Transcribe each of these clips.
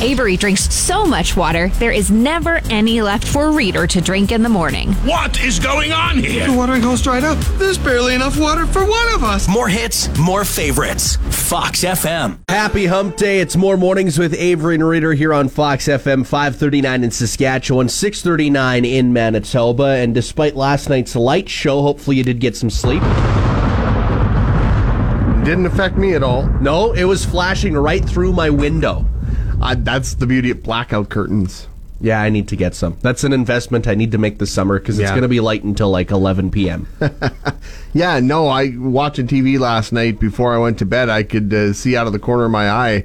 Avery drinks so much water, there is never any left for Reader to drink in the morning. What is going on here? The watering hole's dried up. There's barely enough water for one of us. More hits, more favorites. Fox FM. Happy Hump Day. It's more mornings with Avery and Reader here on Fox FM, 539 in Saskatchewan, 639 in Manitoba. And despite last night's light show, hopefully you did get some sleep. Didn't affect me at all. No, it was flashing right through my window. I, that's the beauty of blackout curtains. Yeah, I need to get some. That's an investment I need to make this summer because it's Yeah. going to be light until like 11 p.m. Yeah, no, I watching TV last night before I went to bed. I could uh, see out of the corner of my eye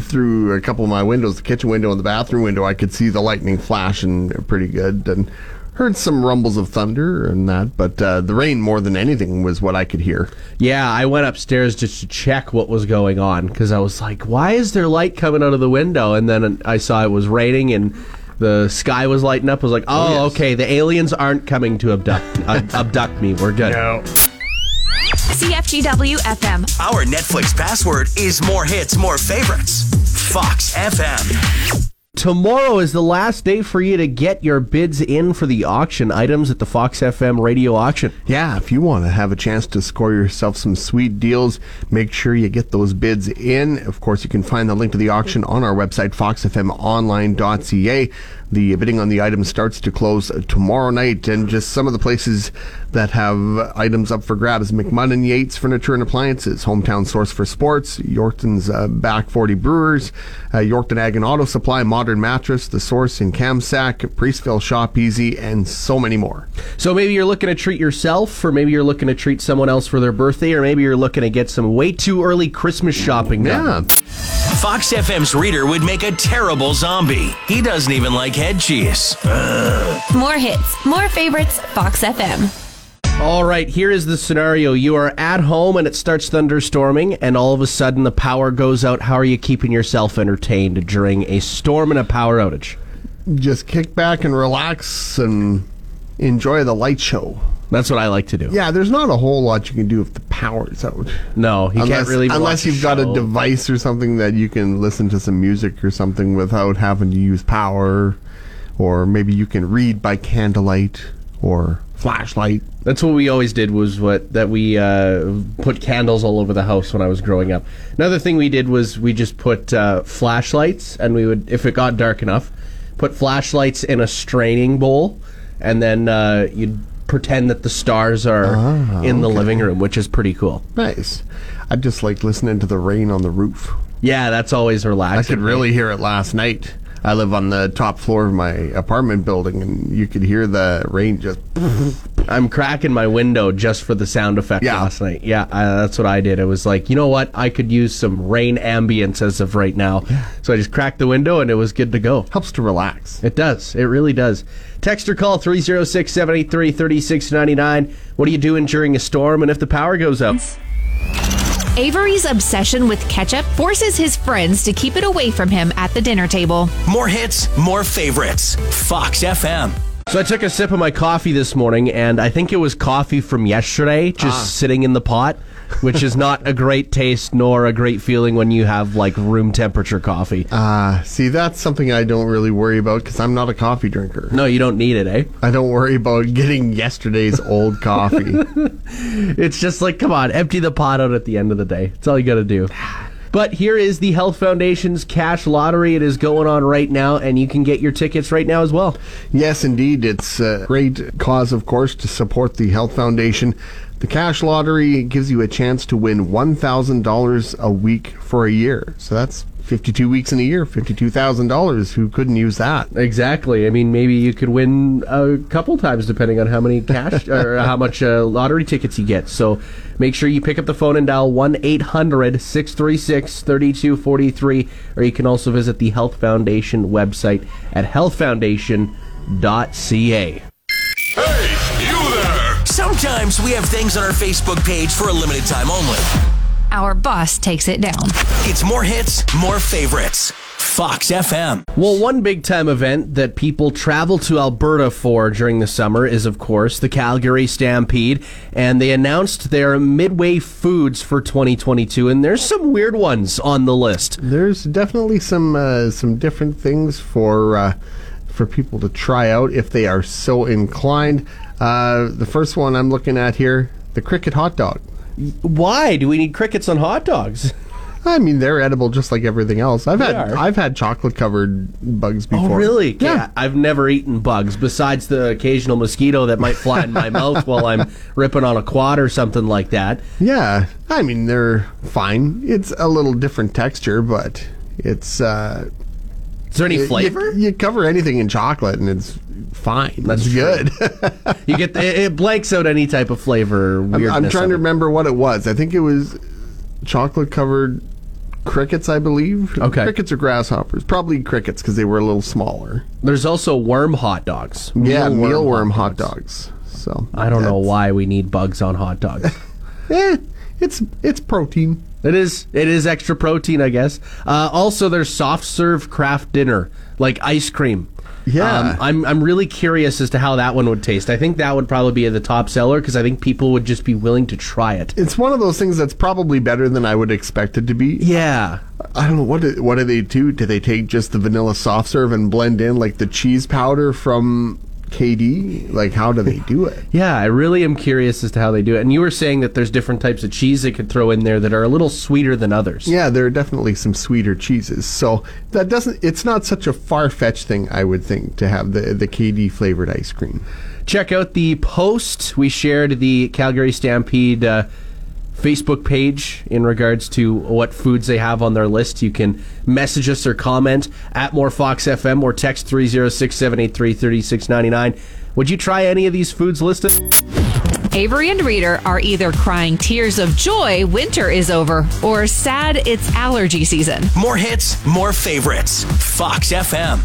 through a couple of my windows, the kitchen window and the bathroom window. I could see the lightning flashing pretty good and heard some rumbles of thunder and that, but uh, the rain more than anything was what I could hear. yeah, I went upstairs just to check what was going on because I was like, why is there light coming out of the window? And then I saw it was raining and the sky was lighting up. I was like, oh, yes. okay, the aliens aren't coming to abduct ab- abduct me. We're good. CFGW FM. Our Netflix password is more hits, more favorites. Fox FM. Tomorrow is the last day for you to get your bids in for the auction items at the Fox FM radio auction. Yeah, if you want to have a chance to score yourself some sweet deals, make sure you get those bids in. Of course, you can find the link to the auction on our website, foxfmonline.ca. The bidding on the item starts to close tomorrow night, and just some of the places that have items up for grabs McMunn and Yates Furniture and Appliances, Hometown Source for Sports, Yorkton's uh, Back 40 Brewers, uh, Yorkton Ag and Auto Supply, Modern Mattress, The Source in Camsack, Priestville Shop Easy, and so many more. So maybe you're looking to treat yourself, or maybe you're looking to treat someone else for their birthday, or maybe you're looking to get some way too early Christmas shopping done. Yeah. Fox FM's reader would make a terrible zombie. He doesn't even like head cheese. More hits, more favorites, Fox FM. All right, here is the scenario. You are at home and it starts thunderstorming, and all of a sudden the power goes out. How are you keeping yourself entertained during a storm and a power outage? just kick back and relax and enjoy the light show. That's what I like to do. Yeah, there's not a whole lot you can do if the power's out. No, you can't really. unless watch a you've got a show. device or something that you can listen to some music or something without having to use power, or maybe you can read by candlelight or flashlight. That's what we always did was what that we uh, put candles all over the house when I was growing up. Another thing we did was we just put uh, flashlights, and we would if it got dark enough, put flashlights in a straining bowl, and then uh, you'd pretend that the stars are in the living room, which is pretty cool. Nice. I just like listening to the rain on the roof. Yeah, that's always I relaxing. could really hear it last night. I live on the top floor of my apartment building, and you could hear the rain just I'm cracking my window just for the sound effect Yeah. last night. Yeah, uh, that's what I did. It was like, you know what? I could use some rain ambience as of right now. So I just cracked the window and it was good to go. helps to relax. It does. It really does. Text or call 306 783 3699. What are you doing during a storm and if the power goes out? Avery's obsession with ketchup forces his friends to keep it away from him at the dinner table. More hits, more favorites. Fox FM. So I took a sip of my coffee this morning and I think it was coffee from yesterday just Ah. sitting in the pot, which is not a great taste nor a great feeling when you have like room temperature coffee. Ah, see, that's something I don't really worry about because I'm not a coffee drinker. no, you don't need it, eh? I don't worry about getting yesterday's old coffee. It's just like, come on, empty the pot out at the end of the day. That's all you got to do. But here is the Health Foundation's cash lottery. It is going on right now, and you can get your tickets right now as well. yes, indeed, it's a great cause, of course, to support the Health Foundation. The cash lottery gives you a chance to win $1,000 a week for a year. So that's 52 weeks in a year, $52,000. Who couldn't use that? Exactly. I mean, maybe you could win a couple times depending on how many cash or how much uh, lottery tickets you get. So make sure you pick up the phone and dial 1 800 636 3243, or you can also visit the Health Foundation website at healthfoundation.ca. Sometimes we have things on our Facebook page for a limited time only. Our boss takes it down. It's more hits, more favorites. Fox FM. Well, one big time event that people travel to Alberta for during the summer is, of course, the Calgary Stampede. And they announced their midway foods for 2022, and there's some weird ones on the list. There's definitely some uh, some different things for uh, for people to try out if they are so inclined. Uh, the first one I'm looking at here, the cricket hot dog. Why do we need crickets on hot dogs? I mean, they're edible just like everything else. I've had are. I've had chocolate covered bugs before. Oh, really? Yeah. I've never eaten bugs besides the occasional mosquito that might fly in my mouth while I'm ripping on a quad or something like that. Yeah. I mean, they're fine. It's a little different texture, but it's uh, Is there any you- flavor? You, cover anything in chocolate, and it's fine. That's it's good. You get the, it blanks out any type of flavor. I'm, Weirdness I'm trying of to it. remember what it was. I think it was chocolate covered crickets, I believe. Okay. Crickets or grasshoppers? Probably crickets because they were a little smaller. There's also worm hot dogs. yeah, mealworm hot dogs. So I don't know that's- why we need bugs on hot dogs. Eh, it's it's protein. it is it is extra protein, I guess. Uh, also, there's soft serve craft dinner like ice cream. Um, Yeah. I'm I'm really curious as to how that one would taste. I think that would probably be the top seller because I think people would just be willing to try it. It's one of those things that's probably better than I would expect it to be. Yeah, I don't know what do, what do they do? Do they take just the vanilla soft serve and blend in like the cheese powder from KD? Like how do they do it? yeah. I really am curious as to how they do it. And you were saying that there's different types of cheese they could throw in there that are a little sweeter than others. Yeah, there are definitely some sweeter cheeses. So that doesn't it's not such a far fetched thing, I would think, to have the, the KD flavored ice cream. check out the post we shared the calgary stampede uh, facebook page in regards to what foods they have on their list you can message us or comment at more fox fm or text 306-783-3699 would you try any of these foods listed Avery and Reader are either crying tears of joy winter is over or sad it's allergy season. More hits, more favorites. Fox FM.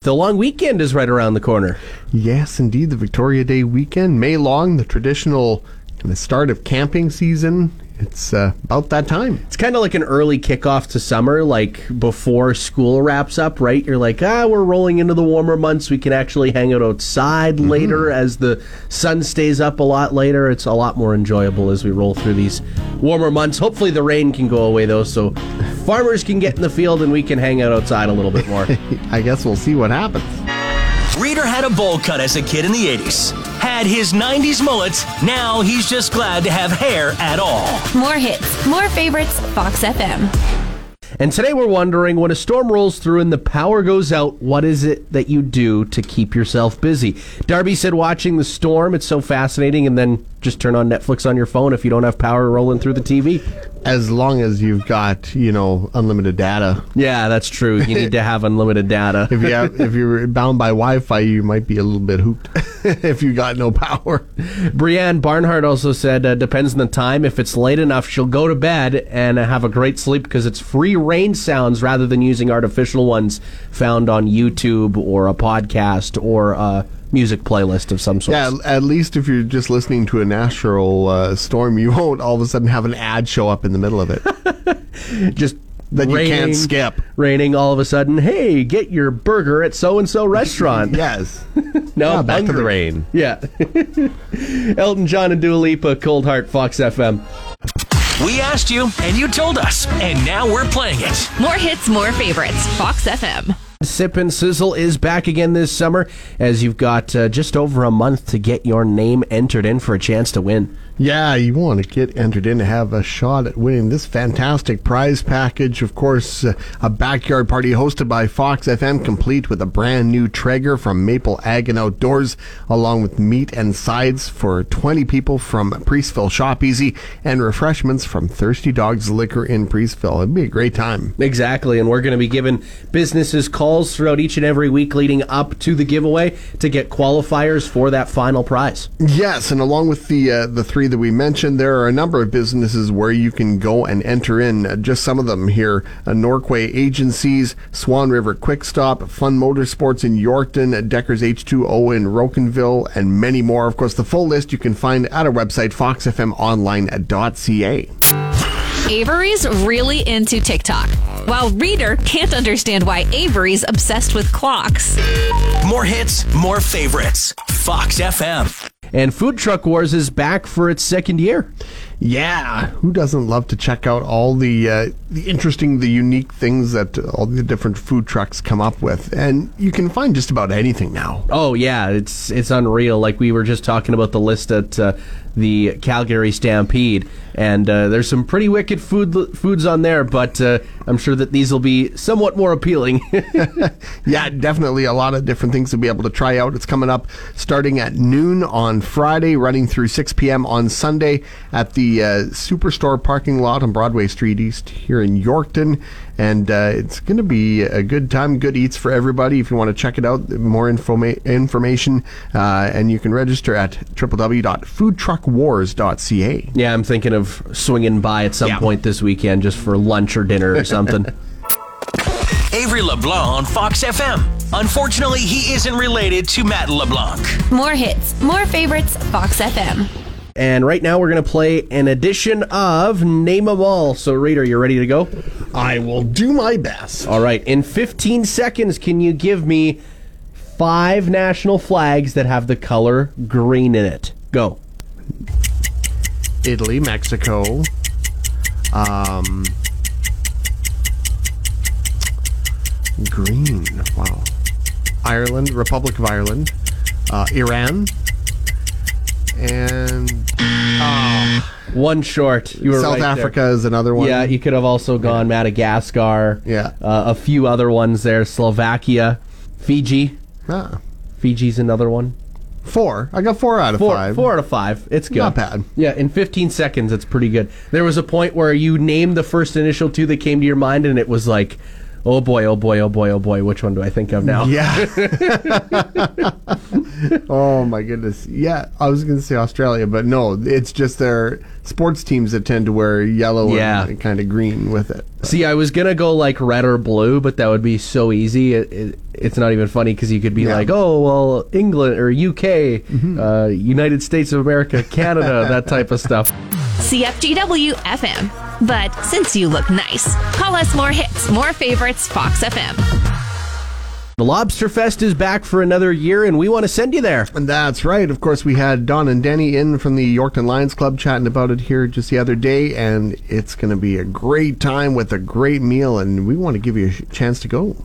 the long weekend is right around the corner Yes, indeed, the Victoria Day weekend, May long, the traditional kind of start of camping season. It's uh, about that time. it's kind of like an early kickoff to summer like before school wraps up right you're like ah we're rolling into the warmer months we can actually hang out outside later as the sun stays up a lot later it's a lot more enjoyable as we roll through these warmer months hopefully the rain can go away though so farmers can get in the field and we can hang out outside a little bit more I guess we'll see what happens. Reader had a bowl cut as a kid in the 80s. Had his 90s mullets, now he's just glad to have hair at all. More hits, more favorites, Fox FM. and today we're wondering when a storm rolls through and the power goes out what is it that you do to keep yourself busy darby said watching the storm it's so fascinating and then just turn on netflix on your phone if you don't have power rolling through the tv As long as you've got, you know, unlimited data. Yeah, that's true. You need to have unlimited data. If you have, if you're bound by Wi-Fi, you might be a little bit hooped if you got no power. Brianne Barnhart also said, uh, depends on the time. If it's late enough, she'll go to bed and have a great sleep because it's free rain sounds rather than using artificial ones found on YouTube or a podcast or a music playlist of some sort. Yeah, at least if you're just listening to a natural uh, storm, you won't all of a sudden have an ad show up in the middle of it. just That you can't skip. Raining all of a sudden. Hey, get your burger at so and so restaurant. yes. no, Yeah, back to the hungry. rain. Yeah. Elton John and Dua Lipa, Cold Heart, Fox FM. We asked you, and you told us, and now we're playing it. More hits, more favorites. Fox FM. Sip and Sizzle is back again this summer as you've got uh, just over a month to get your name entered in for a chance to win. Yeah, you want to get entered in to have a shot at winning this fantastic prize package. Of course, uh, a backyard party hosted by Fox FM, complete with a brand new Traeger from Maple Ag and Outdoors, along with meat and sides for 20 people from Priestville Shop Easy and refreshments from Thirsty Dogs Liquor in Priestville. It'd be a great time. Exactly, and we're going to be giving businesses calls throughout each and every week leading up to the giveaway to get qualifiers for that final prize. Yes, and along with the uh, the three that we mentioned, there are a number of businesses where you can go and enter in. Uh, just some of them here: uh, Norquay Agencies, Swan River Quick Stop, Fun Motorsports in Yorkton, uh, Deckers H2O in Rocanville, and many more. Of course, the full list you can find at our website foxfmonline.ca. Avery's really into TikTok, while Reader can't understand why Avery's obsessed with clocks. More hits, more favorites. Fox FM. And Food Truck Wars is back for its second year. Yeah, who doesn't love to check out all the uh, the interesting, the unique things that all the different food trucks come up with? And you can find just about anything now. Oh yeah, it's it's unreal. Like we were just talking about the list at uh, the Calgary Stampede, and uh, there's some pretty wicked food foods on there. But uh, I'm sure that these will be somewhat more appealing. yeah, definitely a lot of different things to be able to try out. It's coming up starting at noon on Friday, running through 6 p.m. on Sunday at the uh, Superstore parking lot on Broadway Street East here in Yorkton. And uh, it's going to be a good time, good eats for everybody. If you want to check it out, more informa- information, uh, and you can register at www.foodtruckwars.ca. yeah, I'm thinking of swinging by at some Yeah. point this weekend just for lunch or dinner or something. Avery LeBlanc on Fox FM. Unfortunately, he isn't related to Matt LeBlanc. More hits, more favorites, Fox FM. and right now we're going to play an edition of Name 'Em All. So, reader, you ready to go? I will do my best. All right. In 15 seconds, can you give me five national flags that have the color green in it? Go. Italy, Mexico. Um, green. Wow. Ireland, Republic of Ireland, uh, Iran, and One short. You were South right there. Africa is another one. Yeah, you could have also gone Madagascar. Yeah. Uh, a few other ones there. Slovakia, Fiji. Ah, Fiji's another one. four. I got four out of Four, five. four out of five. It's good. Not bad. Yeah, in 15 seconds, it's pretty good. There was a point where you named the first initial two that came to your mind, and it was like, oh boy, oh boy, oh boy, oh boy. Which one do I think of now? Yeah. oh my goodness. Yeah, I was going to say Australia, but no, it's just their sports teams that tend to wear yellow Yeah. and kind of green with it. See, I was gonna go like red or blue, but that would be so easy. It, it, it's not even funny because you could be Yeah. like, "Oh, well, England or UK, uh, United States of America, Canada, that type of stuff." CFGW FM. But since you look nice, call us more hits, more favorites, Fox FM. The Lobster Fest is back for another year, and we want to send you there. And that's right. Of course, we had Don and Denny in from the Yorkton Lions Club chatting about it here just the other day, and it's going to be a great time with a great meal, and we want to give you a sh- chance to go.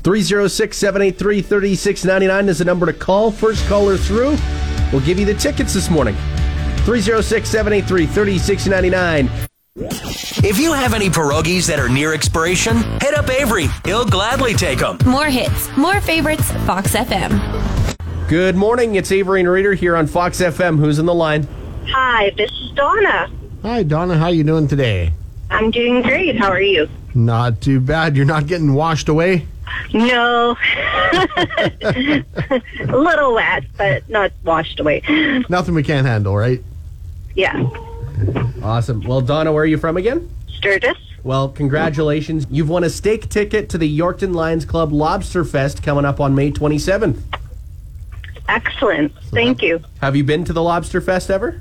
306-783-3699 is the number to call. First caller through, we'll give you the tickets this morning. 306-783-3699. If you have any pierogies that are near expiration, hit up Avery. He'll gladly take them. More hits, more favorites, Fox FM. Good morning. It's Avery and Reader here on Fox FM. Who's in the line? Hi, this is Donna. Hi, Donna. How you doing today? I'm doing great. How are you? Not too bad. You're not getting washed away. No. A little wet, but not washed away. Nothing we can't handle, right? Yeah. Awesome. Well, Donna, where are you from again? Sturgis. Well, congratulations. You've won a steak ticket to the Yorkton Lions Club Lobster Fest coming up on May 27th. Excellent. Thank you. Have you been to the Lobster Fest ever?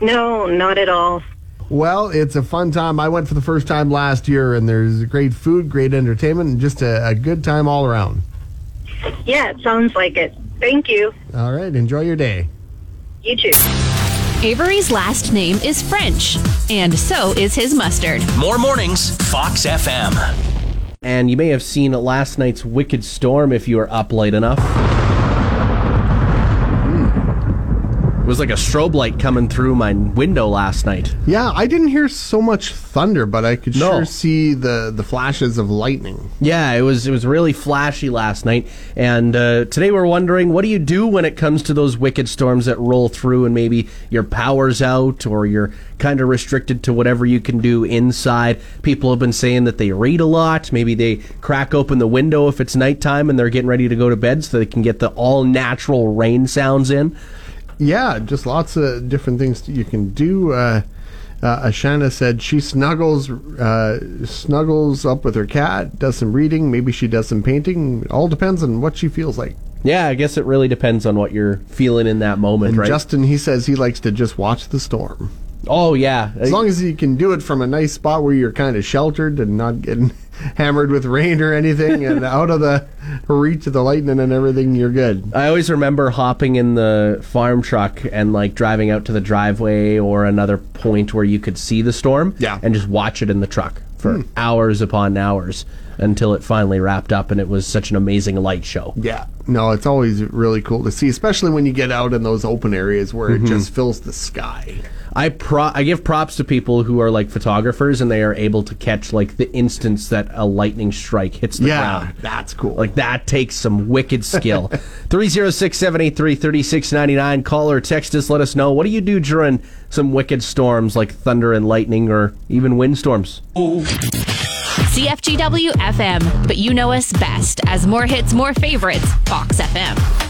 No, not at all. Well, it's a fun time. I went for the first time last year, and there's great food, great entertainment, and just a, a good time all around. Yeah, it sounds like it. Thank you. All right. Enjoy your day. You too. Avery's last name is French, and so is his mustard. More mornings, Fox FM. And you may have seen last night's Wicked Storm if you were up late enough. was like a strobe light coming through my window last night. Yeah, I didn't hear so much thunder, but I could No. sure see the, the flashes of lightning. Yeah, it was it was really flashy last night, and uh, today we're wondering what do you do when it comes to those wicked storms that roll through, and maybe your power's out or you're kind of restricted to whatever you can do inside. People have been saying that they read a lot. Maybe they crack open the window if it's nighttime and they're getting ready to go to bed, so they can get the all natural rain sounds in. Yeah, just lots of different things you can do. Uh, uh, Ashana said she snuggles uh, snuggles up with her cat, does some reading, maybe she does some painting. It all depends on what she feels like. Yeah, I guess it really depends on what you're feeling in that moment, And right? Justin, he says he likes to just watch the storm. oh yeah, As long as you can do it from a nice spot where you're kind of sheltered and not getting hammered with rain or anything and out of the reach of the lightning and everything, you're good. I always remember hopping in the farm truck and like driving out to the driveway or another point where you could see the storm Yeah. Hmm. and just watch it in the truck for hours upon hours until it finally wrapped up and it was such an amazing light show. Yeah. No, it's always really cool to see, especially when you get out in those open areas where it just fills the sky. I pro- I give props to people who are like photographers and they are able to catch like the instance that a lightning strike hits the Yeah, ground. that's cool. Like that takes some wicked skill. 306-783-3699 call or text us let us know what do you do during some wicked storms like thunder and lightning or even windstorms. CFGW FM, but you know us best as more hits, more favorites, Fox FM.